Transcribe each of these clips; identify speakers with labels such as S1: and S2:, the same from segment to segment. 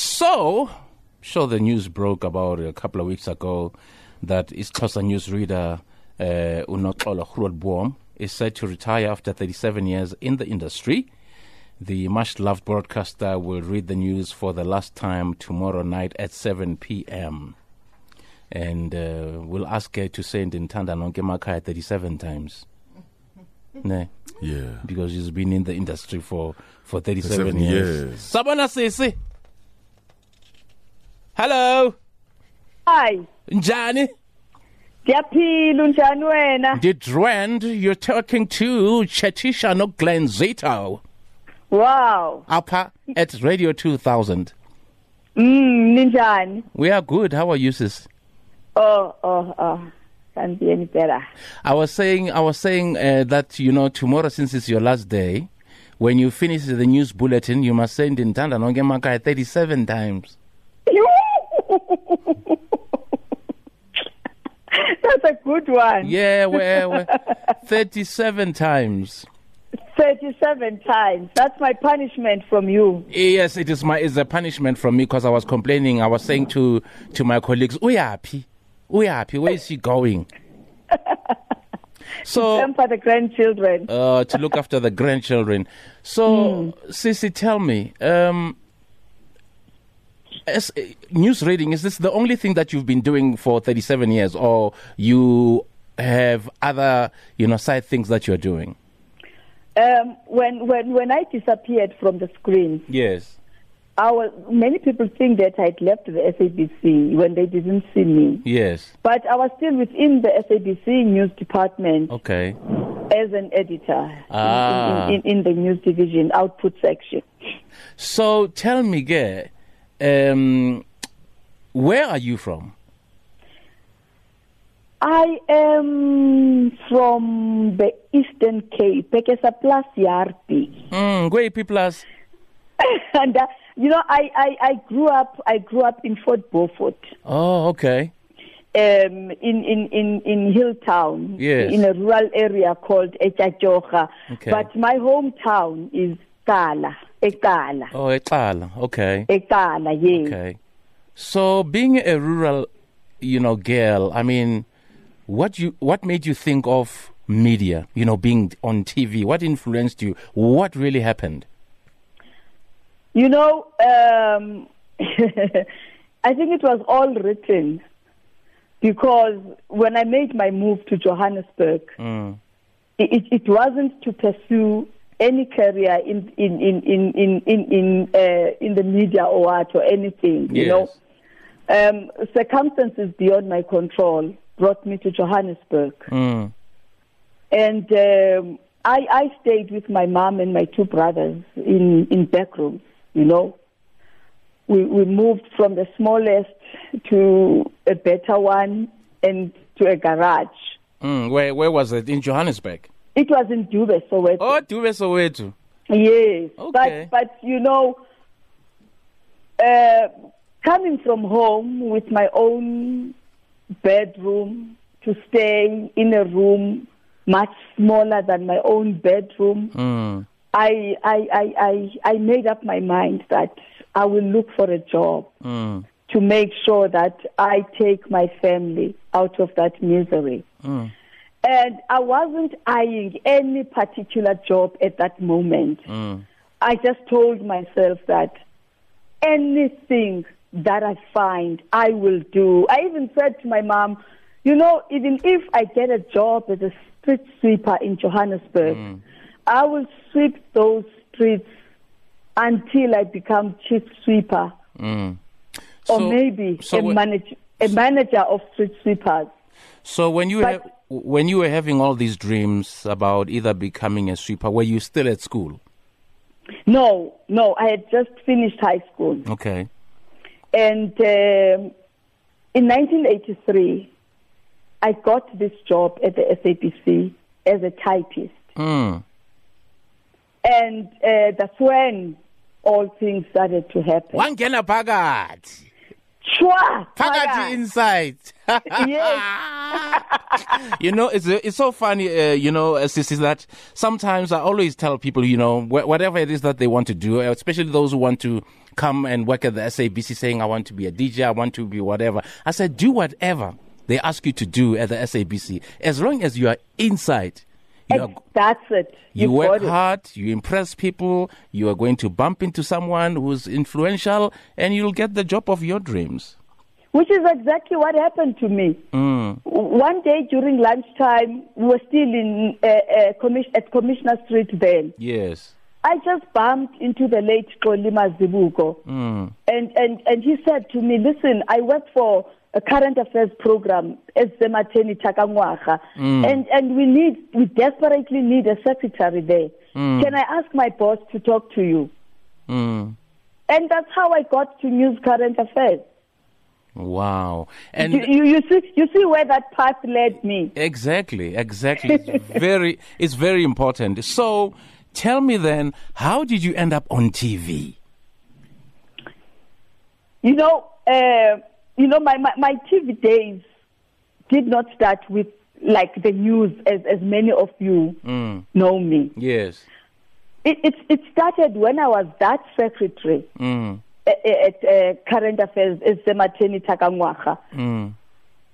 S1: So, so the news broke about a couple of weeks ago that East Coast newsreader uh, Unoxolo Hrolboom is set to retire after 37 years in the industry. The much loved broadcaster will read the news for the last time tomorrow night at 7 p.m. And uh, we'll ask her to send in Tanda Nonke Makaya 37 times. Ne?
S2: Yeah.
S1: Because she's been in the industry for, for 37
S2: 37
S1: years.
S2: years.
S1: Sabona Sisi. Hello.
S3: Hi,
S1: Njani.
S3: ngiyaphila unjani wena?
S1: Did Rand, you're talking to Chatisha no Glenn Zito
S3: Wow.
S1: up at Radio 2000.
S3: Mm, ninjani?
S1: We are good. How are you, sis?
S3: Oh, oh, oh. Can't be any better.
S1: I was saying, I was saying uh, that you know tomorrow, since it's your last day, when you finish the news bulletin, you must send in Tanda Nongemaka 37 times.
S3: That's a good one.
S1: Yeah, well, well, 37 times.
S3: 37 times. That's my punishment from you.
S1: Yes, it is my is a punishment from me because I was complaining. I was saying to to my colleagues, "Uyapi, uyapi, where is she going?" so Oh.
S3: Time for the grandchildren.
S1: uh, to look after the grandchildren. So, Sissy, tell me, um, as, uh, news reading is this the only thing that you've been doing for thirty-seven years, or you have other you know side things that you're doing?
S3: Um, when, when, when I disappeared from the screen,
S1: Yes.
S3: I was, many people think that I'd left the SABC when they didn't see me.
S1: Yes.
S3: But I was still within the SABC news department.
S1: Okay.
S3: as an editor
S1: Ah.
S3: in, in, in the news division output section.
S1: So tell me, Ge, um, where are you from?
S3: I am from the Eastern Cape, Pekesaplas Yardi.
S1: Mm, Gweyipi plus.
S3: and uh, you know, I, I, I grew up I grew up in Fort Beaufort,
S1: Oh, okay.
S3: um, in, in, in, in Hilltown,
S1: Yes.
S3: in a rural area called Echajoha.
S1: Okay.
S3: But my hometown is Kala, Ekala,
S1: Oh, Etala. Okay.
S3: Ekala, yes.
S1: Okay. So being a rural, you know, girl, I mean, what you what made you think of media? You know, being on TV. What influenced you? What really happened?
S3: You know, um, I think it was all written because when I made my move to Johannesburg,
S1: Mm.
S3: it, it- it wasn't to pursue any career in in in in in in in, uh, in the media or art or anything. You know,
S1: Yes.
S3: um, circumstances beyond my control brought me to Johannesburg,
S1: Mm.
S3: and um, I I stayed with my mom and my two brothers in in back rooms. You know we, we moved from the smallest to a better one and to a garage.
S1: Mm. Where where was it in Johannesburg?
S3: It was in Dube, Soweto.
S1: Oh, Dube Soweto.
S3: Yes,
S1: Okay.
S3: but but you know, uh, coming from home with my own bedroom to stay in a room much smaller than my own bedroom,
S1: Mm.
S3: I I, I, I I made up my mind that I will look for a job.
S1: Mm.
S3: to make sure that I take my family out of that misery.
S1: Mm.
S3: And I wasn't eyeing any particular job at that moment.
S1: Mm.
S3: I just told myself that anything that I find, I will do. I even said to my mom, you know, even if I get a job as a street sweeper in Johannesburg,
S1: Mm.
S3: I will sweep those streets until I become chief sweeper
S1: Mm.
S3: or
S1: So-
S3: maybe
S1: so
S3: a,
S1: wh-
S3: manage, a manager of street sweepers.
S1: So when you
S3: But-
S1: ha- when you were having all these dreams about either becoming a sweeper, were you still at school?
S3: No, no, I had just finished high school.
S1: Okay.
S3: And um, in 1983, I got this job at the SAPC as a typist.
S1: Mm.
S3: And uh, that's when all things started to happen.
S1: Wangena bagat.
S3: Chwa!
S1: Pagati
S3: Phakathi.
S1: inside.
S3: Yes.
S1: you know, it's it's so funny. Uh, you know, uh, sis, is that sometimes I always tell people, you know, wh- whatever it is that they want to do, especially those who want to come and work at the SABC saying, I want to be a DJ, I want to be whatever. I said, do whatever they ask you to do at the SABC. As long as you are inside, you, are,
S3: That's it.
S1: you
S3: You've
S1: work
S3: got it.
S1: hard, you impress people, you are going to bump into someone who's influential, and you'll get the job of your dreams.
S3: Which is exactly what happened to me. W- One day during lunchtime, we were still in uh, uh, commis- at Commissioner Street then.
S1: Yes.
S3: I just bumped into the late Kolima Zibuko. And, and, and he said to me, listen, I work for a current affairs program as the Mateni Takangwaha. And, and we need, we desperately need a secretary there. Can I ask my boss to talk to you?
S1: Mm.
S3: And that's how I got to News Current Affairs.
S1: Wow. And
S3: You, you, you, see, you see where that path led me.
S1: Exactly, exactly. It's very, it's very important. So, tell me then, how did you end up on TV?
S3: You know, uh, you know, my, my, my TV days did not start with like the news as, as many of you
S1: Mm.
S3: know me.
S1: Yes.
S3: It, it, it started when I was that secretary
S1: Mm,
S3: at, at uh, Current Affairs, it's the Mateni Takangwaha.
S1: mm,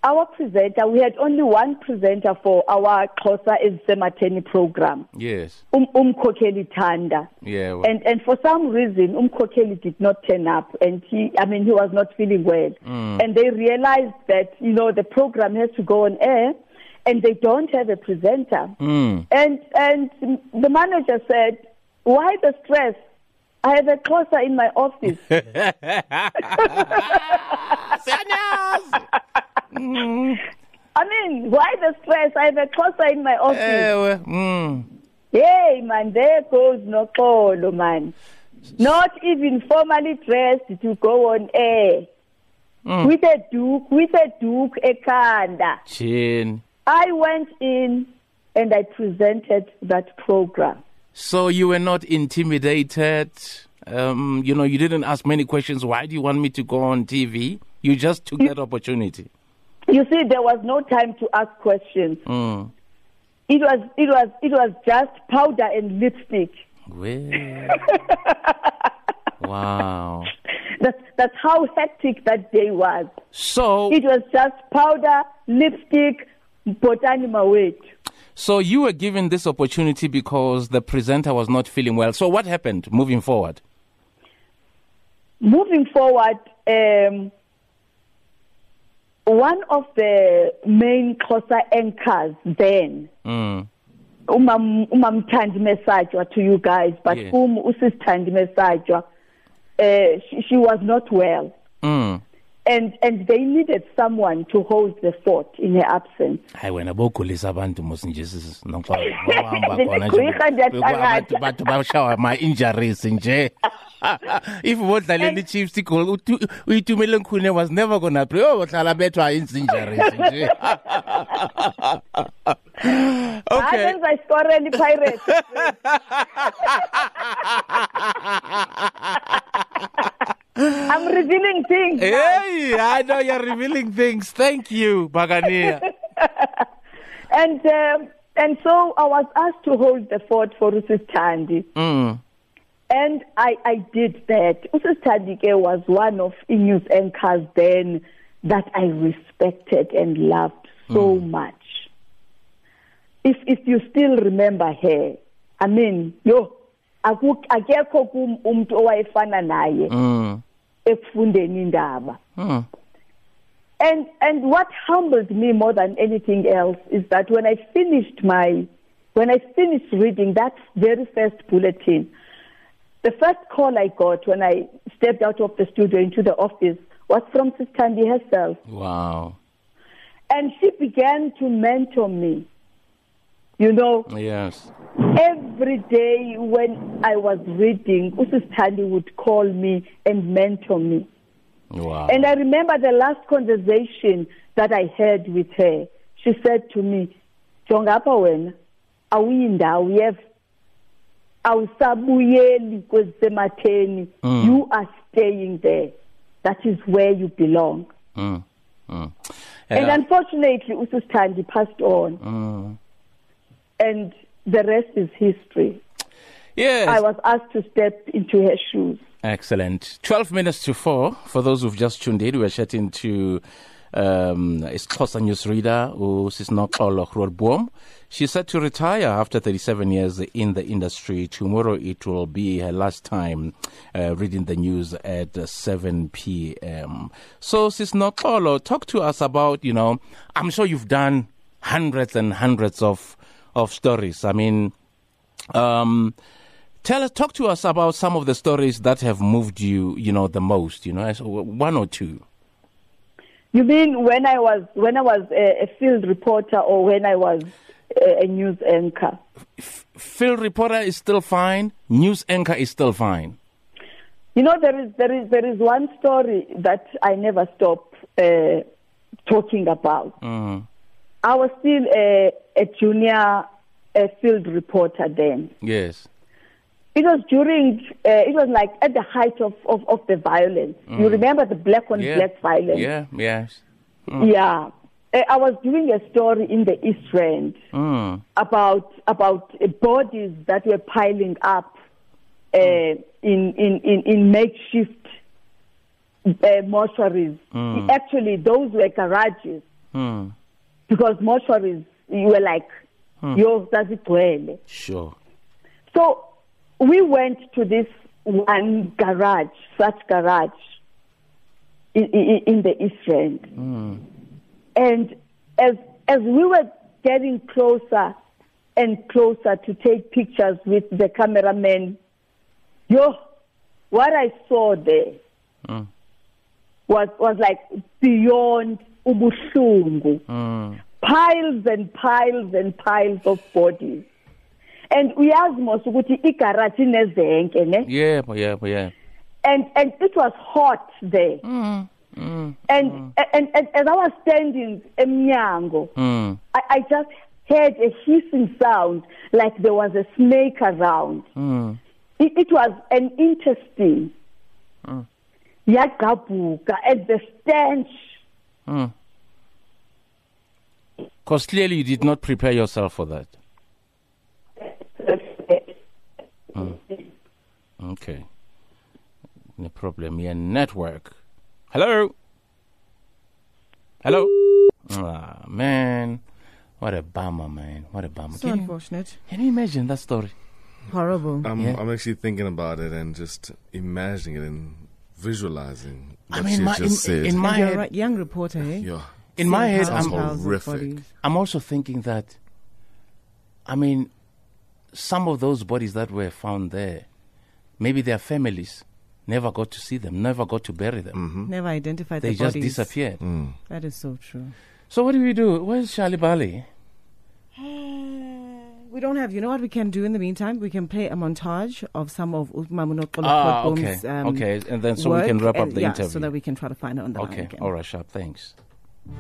S3: Our presenter, we had only one presenter for our Kosa is the Mateni program,
S1: yes.
S3: um, Umkokeli Tanda.
S1: Yeah. well,
S3: And and for some reason, Umkokeli did not turn up, and he, I mean, he was not feeling well. And they realized that you know the program has to go on air, and they don't have a presenter.
S1: mm,
S3: And and the manager said, "Why the stress? I have a closer in my office." I mean, why the stress? I have a closer in my office.
S1: Eh, well, mm.
S3: Hey man, there goes Nokolo man. Not even formally dressed to go on air. With a duke, with a duke, a kanda.
S1: Chin.
S3: I went in and I presented that program.
S1: So you were not intimidated. Um, you know, you didn't ask many questions. Why do you want me to go on TV? You just took that opportunity.
S3: You see, there was no time to ask questions.
S1: Mm.
S3: It was, it was, it was just powder and lipstick.
S1: Well. wow.
S3: That's, that's how hectic that day was.
S1: So
S3: It was just powder, lipstick, botanima weight.
S1: So you were given this opportunity because the presenter was not feeling well. So what happened moving forward?
S3: moving forward, um, one of the main Xhosa anchors then,
S1: Mm.
S3: umam umamthandi mesajwa to you guys, but
S1: Yes.
S3: um usisithandi mesajwa, uh, she, she was not well,
S1: Mm.
S3: and and they needed someone to hold the fort in her absence.
S1: hayi wena bowugulisa abantu mos nje sis- nokho wawuhamba khona nje.
S3: Ngigwirha ndiyathakatha.
S1: Bekuwa abantu- abantu bashawa ma-injuries nje if bodlalela i-chiefs igol utu- uyitumele nkhune was never gonna play oh bohlala bethwa injuries nje
S3: Ah,
S1: okay
S3: I score any pirates. I'm revealing things. now.
S1: hey i know you're revealing things thank you bakania
S3: And um, and so I was asked to hold the fort for Usistandi.
S1: mm.
S3: And I, I did that. Usistandi ke was one of the news anchors then that I respected and loved so much. If if you still remember her, I mean, yo, aku- akekho kum umntu owayefana naye
S1: Mm.
S3: ekufundeni indaba.
S1: Mm.
S3: And and what humbled me more than anything else is that when I finished my when I finished reading that very first bulletin, the first call I got when I stepped out of the studio into the office was from Sister Tandy herself.
S1: wow
S3: And she began to mentor me. You know,
S1: Yes.
S3: every day when I was reading, Sister Tandy would call me and mentor me.
S1: Wow.
S3: And I remember the last conversation that I had with her. She said to me, Jongapa wena, awuyindawo yev awusabuyeli kwezematheni.
S1: Mm.
S3: You are staying there. That is where you belong.
S1: Mm. Mm.
S3: And
S1: Yeah.
S3: unfortunately, Ususthandi passed on,
S1: Mm.
S3: and the rest is history.
S1: Yes.
S3: I was asked to step into her shoes.
S1: Excellent. 12 minutes to 4. For those who've just tuned in, we're chatting to um, Isxhosa newsreader Usisnoxolo Grootboom. She's set to retire after 37 years in the industry. Tomorrow it will be her last time uh, reading the news at uh, 7 p.m. So, Sisnoxolo, talk to us about, you know, I'm sure you've done hundreds and hundreds of, of stories. I mean, um, Tell us, talk to us about some of the stories that have moved you, you know, the most. You know, as- one or two.
S3: You mean when I was when I was a, a field reporter or when I was a, a news anchor?
S1: Field reporter is still fine. News anchor is still fine.
S3: You know, there is there is there is one story that I never stop uh, talking about.
S1: Mm-hmm.
S3: I was still a, a junior uh field reporter then.
S1: Yes.
S3: It was during, uh, it was like at the height of, of, of the violence. You remember the black on
S1: Mm. Yeah.
S3: black violence?
S1: Yeah. Mm. Yes.
S3: Yeah. Uh, I was doing a story in the East Rand
S1: Mm.
S3: about about uh, bodies that were piling up uh, in, in in in makeshift uh, mortuaries. Actually, those were garages
S1: Mm.
S3: because mortuaries you were like yours does it well.
S1: Sure.
S3: So we went to this one garage, such garage in, in, in the East End. And as, as we were getting closer and closer to take pictures with the cameraman, yo, what I saw there
S1: Mm.
S3: was, was like beyond ubuhlungu
S1: Mm.
S3: piles and piles and piles of bodies and uyazi mos ukuthi igaraji inezenke ne
S1: Yeah. but Yeah. but Yeah.
S3: and and it was hot there
S1: Mm. Mm.
S3: and, and, and as i was standing emnyango
S1: Mm.
S3: I, I just heard a hissing sound like there was a snake around
S1: Mm.
S3: it, it was an intestine
S1: Mm.
S3: yagqabhuka and the stench
S1: Mm. Because clearly you did not prepare yourself for that. Okay. No problem. Yeah, network. Hello. Hello. Ah, man. What a bummer, man. What a bummer.
S2: It's
S1: Can you,
S2: unfortunate.
S1: can you imagine that story?
S2: Horrible.
S4: I'm,
S1: Yeah.
S4: I'm actually thinking about it and just imagining it and visualizing what
S1: I mean,
S4: she
S1: my- in,
S4: just said.
S1: in my
S2: You're
S1: head,
S2: right, young reporter, eh?
S4: yeah,
S1: in my head,
S2: Seeing
S4: Sounds
S1: I'm,
S2: piles and
S4: horrific.
S2: bodies.
S1: I'm also thinking that, I mean, some of those bodies that were found there, maybe their families never got to see them, never got to bury them.
S2: Never identified
S1: Hmm? They
S2: the
S1: just
S2: bodies.
S1: disappeared.
S2: That is so true.
S1: So what do we do? Where's Charlie Bali?
S2: We don't have. You know what we can do in the meantime? We can play a montage of some of Mamuno
S1: Ah, okay. Okay, and then so we can wrap up the
S2: um, yeah,
S1: interview.
S2: so that we can try to find her on the line
S1: Okay,
S2: again.
S1: all right, sharp. Thanks.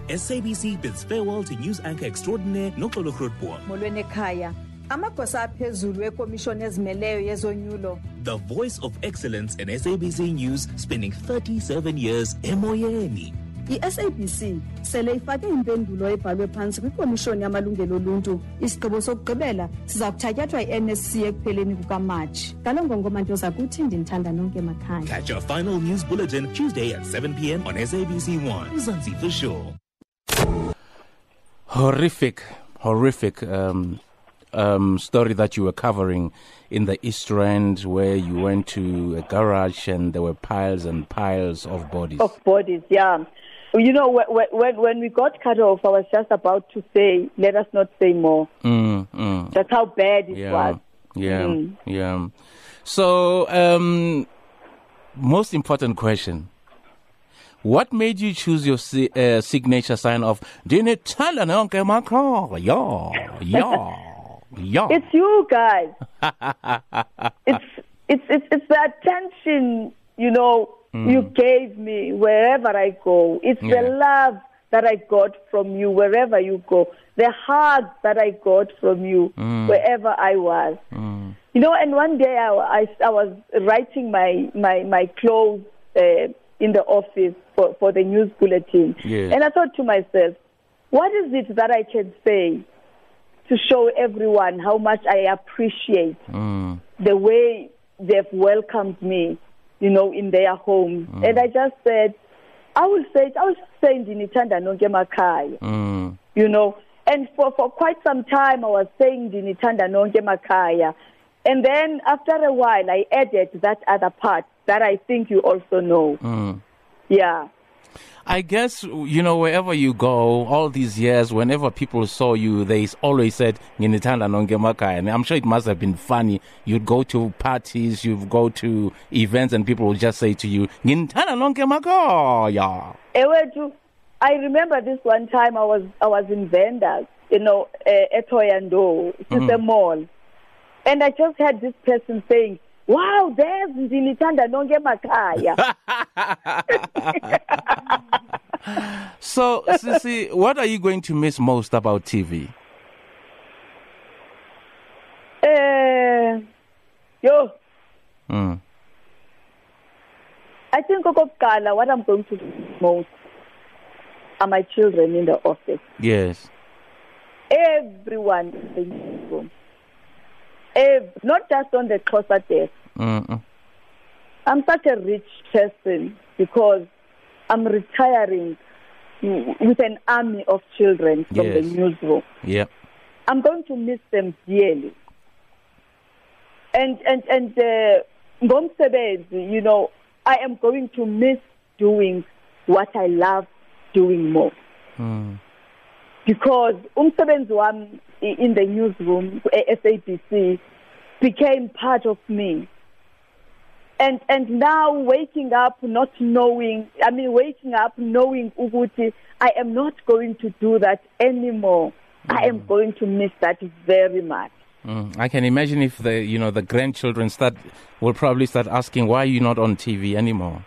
S5: SABC bids farewell to news anchor extraordinaire Noxolo Grootboom,
S6: molweni ekhaya amagosa aphezulu ekomishoni ezimeleyo yezonyulo
S5: the voice of excellence in SABC News, spending 37 years emoyeni.
S6: i-sabc sele ifake impendulo ebhalwe phantsi kwikomishoni yamalungelo oluntu isigqibo sokugqibela siza kuthatyathwa i-nsc ekupheleni kukamatshi ngaloo ngongomanto zakuthi ndinithanda nonke makhaya
S5: Catch our final news bulletin Tuesday at 7 p.m. on SABC One. Zanzi for sure.
S1: horrific, horrific um, um, story that you were covering in the East End, where you went to a garage and there were piles and piles of bodies.
S3: of bodies. Yeah, you know, wh- wh- when when we got cut off, I was just about to say, "Let us not say more."
S1: Mm, mm,
S3: That's how bad it
S1: yeah,
S3: was.
S1: yeah, yeah. So, um, most important question. What made you choose your si- uh, signature sign of Dinitala Nonke Macron? Yeah, yeah, yeah.
S3: It's you guys. it's it's it's it's the attention you know you gave me wherever I go. It's the
S1: Mm. Yeah.
S3: love that I got from you wherever you go. The hug that I got from you
S1: Mm.
S3: wherever I was. You know, and one day I, I, I was writing my my my clothes uh, in the office for for the news bulletin,
S1: Yes.
S3: and I thought to myself, what is it that I can say? to to show everyone how much I appreciate the way they've welcomed me, you know, in their home. And I just said, I will say, it, I was saying, Dinitanda nonke makhaya
S1: Mm.
S3: you know. And for, for quite some time, I was saying Dinitanda nonke makaya. And then after a while, I added that other part that I think you also know. Yeah.
S1: I guess, you know, wherever you go, all these years, whenever people saw you, they s- always said, Nginitanda nonke makhaya." And I'm sure it must have been funny. You'd go to parties, you'd go to events, and people would just say to you, Nginitanda nonke makhaya."
S3: Ewetu, I remember this one time I was I was in Vendors, you know, uh, at Toyando, it's a mall, and I just had this person saying, "Wow, there's Dinitanda nonke makaya."
S1: So, Sisi, what are you going to miss most about TV?
S3: Eh, yo,
S1: Mm.
S3: I think okokuqala, what I'm going to do most are my children in the office.
S1: Yes.
S3: Everyone in the room. Ev- not just on the Xhosa desk.
S1: Mm-mm.
S3: I'm such a rich person because I'm retiring mm, with an army of children from the
S1: Yes.
S3: newsroom.
S1: Yeah.
S3: I'm going to miss them dearly. And and and uh, ngomsebenzi, you know, I am going to miss doing what I love doing more
S1: Mm.
S3: because umsebenzi wami i- in the newsroom e-SABC became part of me. And and now waking up not knowing, I mean waking up knowing ukuthi I am not going to do that anymore. I am going to miss that very much.
S1: Mm. I can imagine if the you know the grandchildren start will probably start asking why are you not on TV anymore.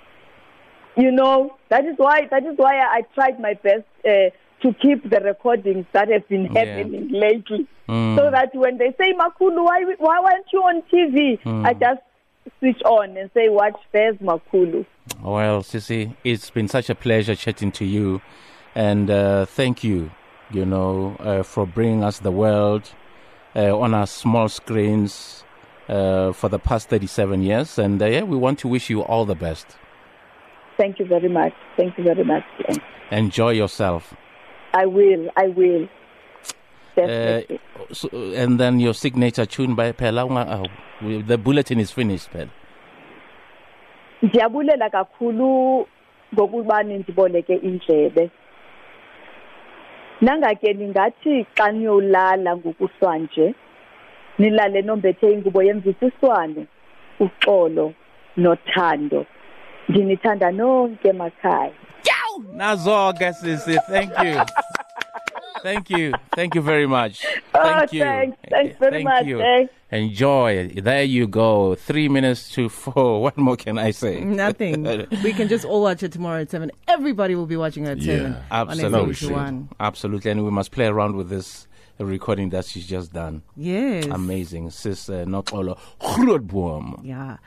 S3: You know, that is why that is why I tried my best uh, to keep the recordings that have been
S1: Yeah.
S3: happening lately.
S1: Mm.
S3: so that when they say Makulu, why why weren't you on TV?
S1: Mm.
S3: I just switch on and say, watch, there's Makulu.
S1: Oh, Well, Sissy, it's been such a pleasure chatting to you, and uh, thank you, you know, uh, for bringing us the world uh, on our small screens uh, for the past 37 years. And uh, yeah, we want to wish you all the best.
S3: Thank you very much. Thank you very much. Glenn.
S1: Enjoy yourself.
S3: I will. I will.
S1: Uh,
S3: Definitely.
S1: so, and then your signature tune by Pela. Unga- oh, The bulletin is finished, Pela.
S3: ndiyabulela kakhulu ngokubani ndiboleke indlebe nangake ningathi xa niyolala ngokuhlwanje nilale nombethe ingubo yemvisiswano uxolo nothando ndinithanda nonke emakhaya
S1: Nazoga, Sissy. Thank you. Thank you. Thank you very much.
S3: Oh,
S1: Thank you.
S3: thanks. Thanks very
S1: Thank
S3: much,
S1: you.
S3: eh?
S1: Enjoy. There you go. Three minutes to four. What more can I say?
S2: Nothing. we can just all watch it tomorrow at 7. Everybody will be watching at
S4: Yeah.
S2: 7.
S1: Absolutely.
S2: On SABC1.
S1: Absolutely. And we must play around with this recording that she's just done.
S2: Yes.
S1: Amazing. Sis uh, Nokolo Grotboom.
S2: Yeah.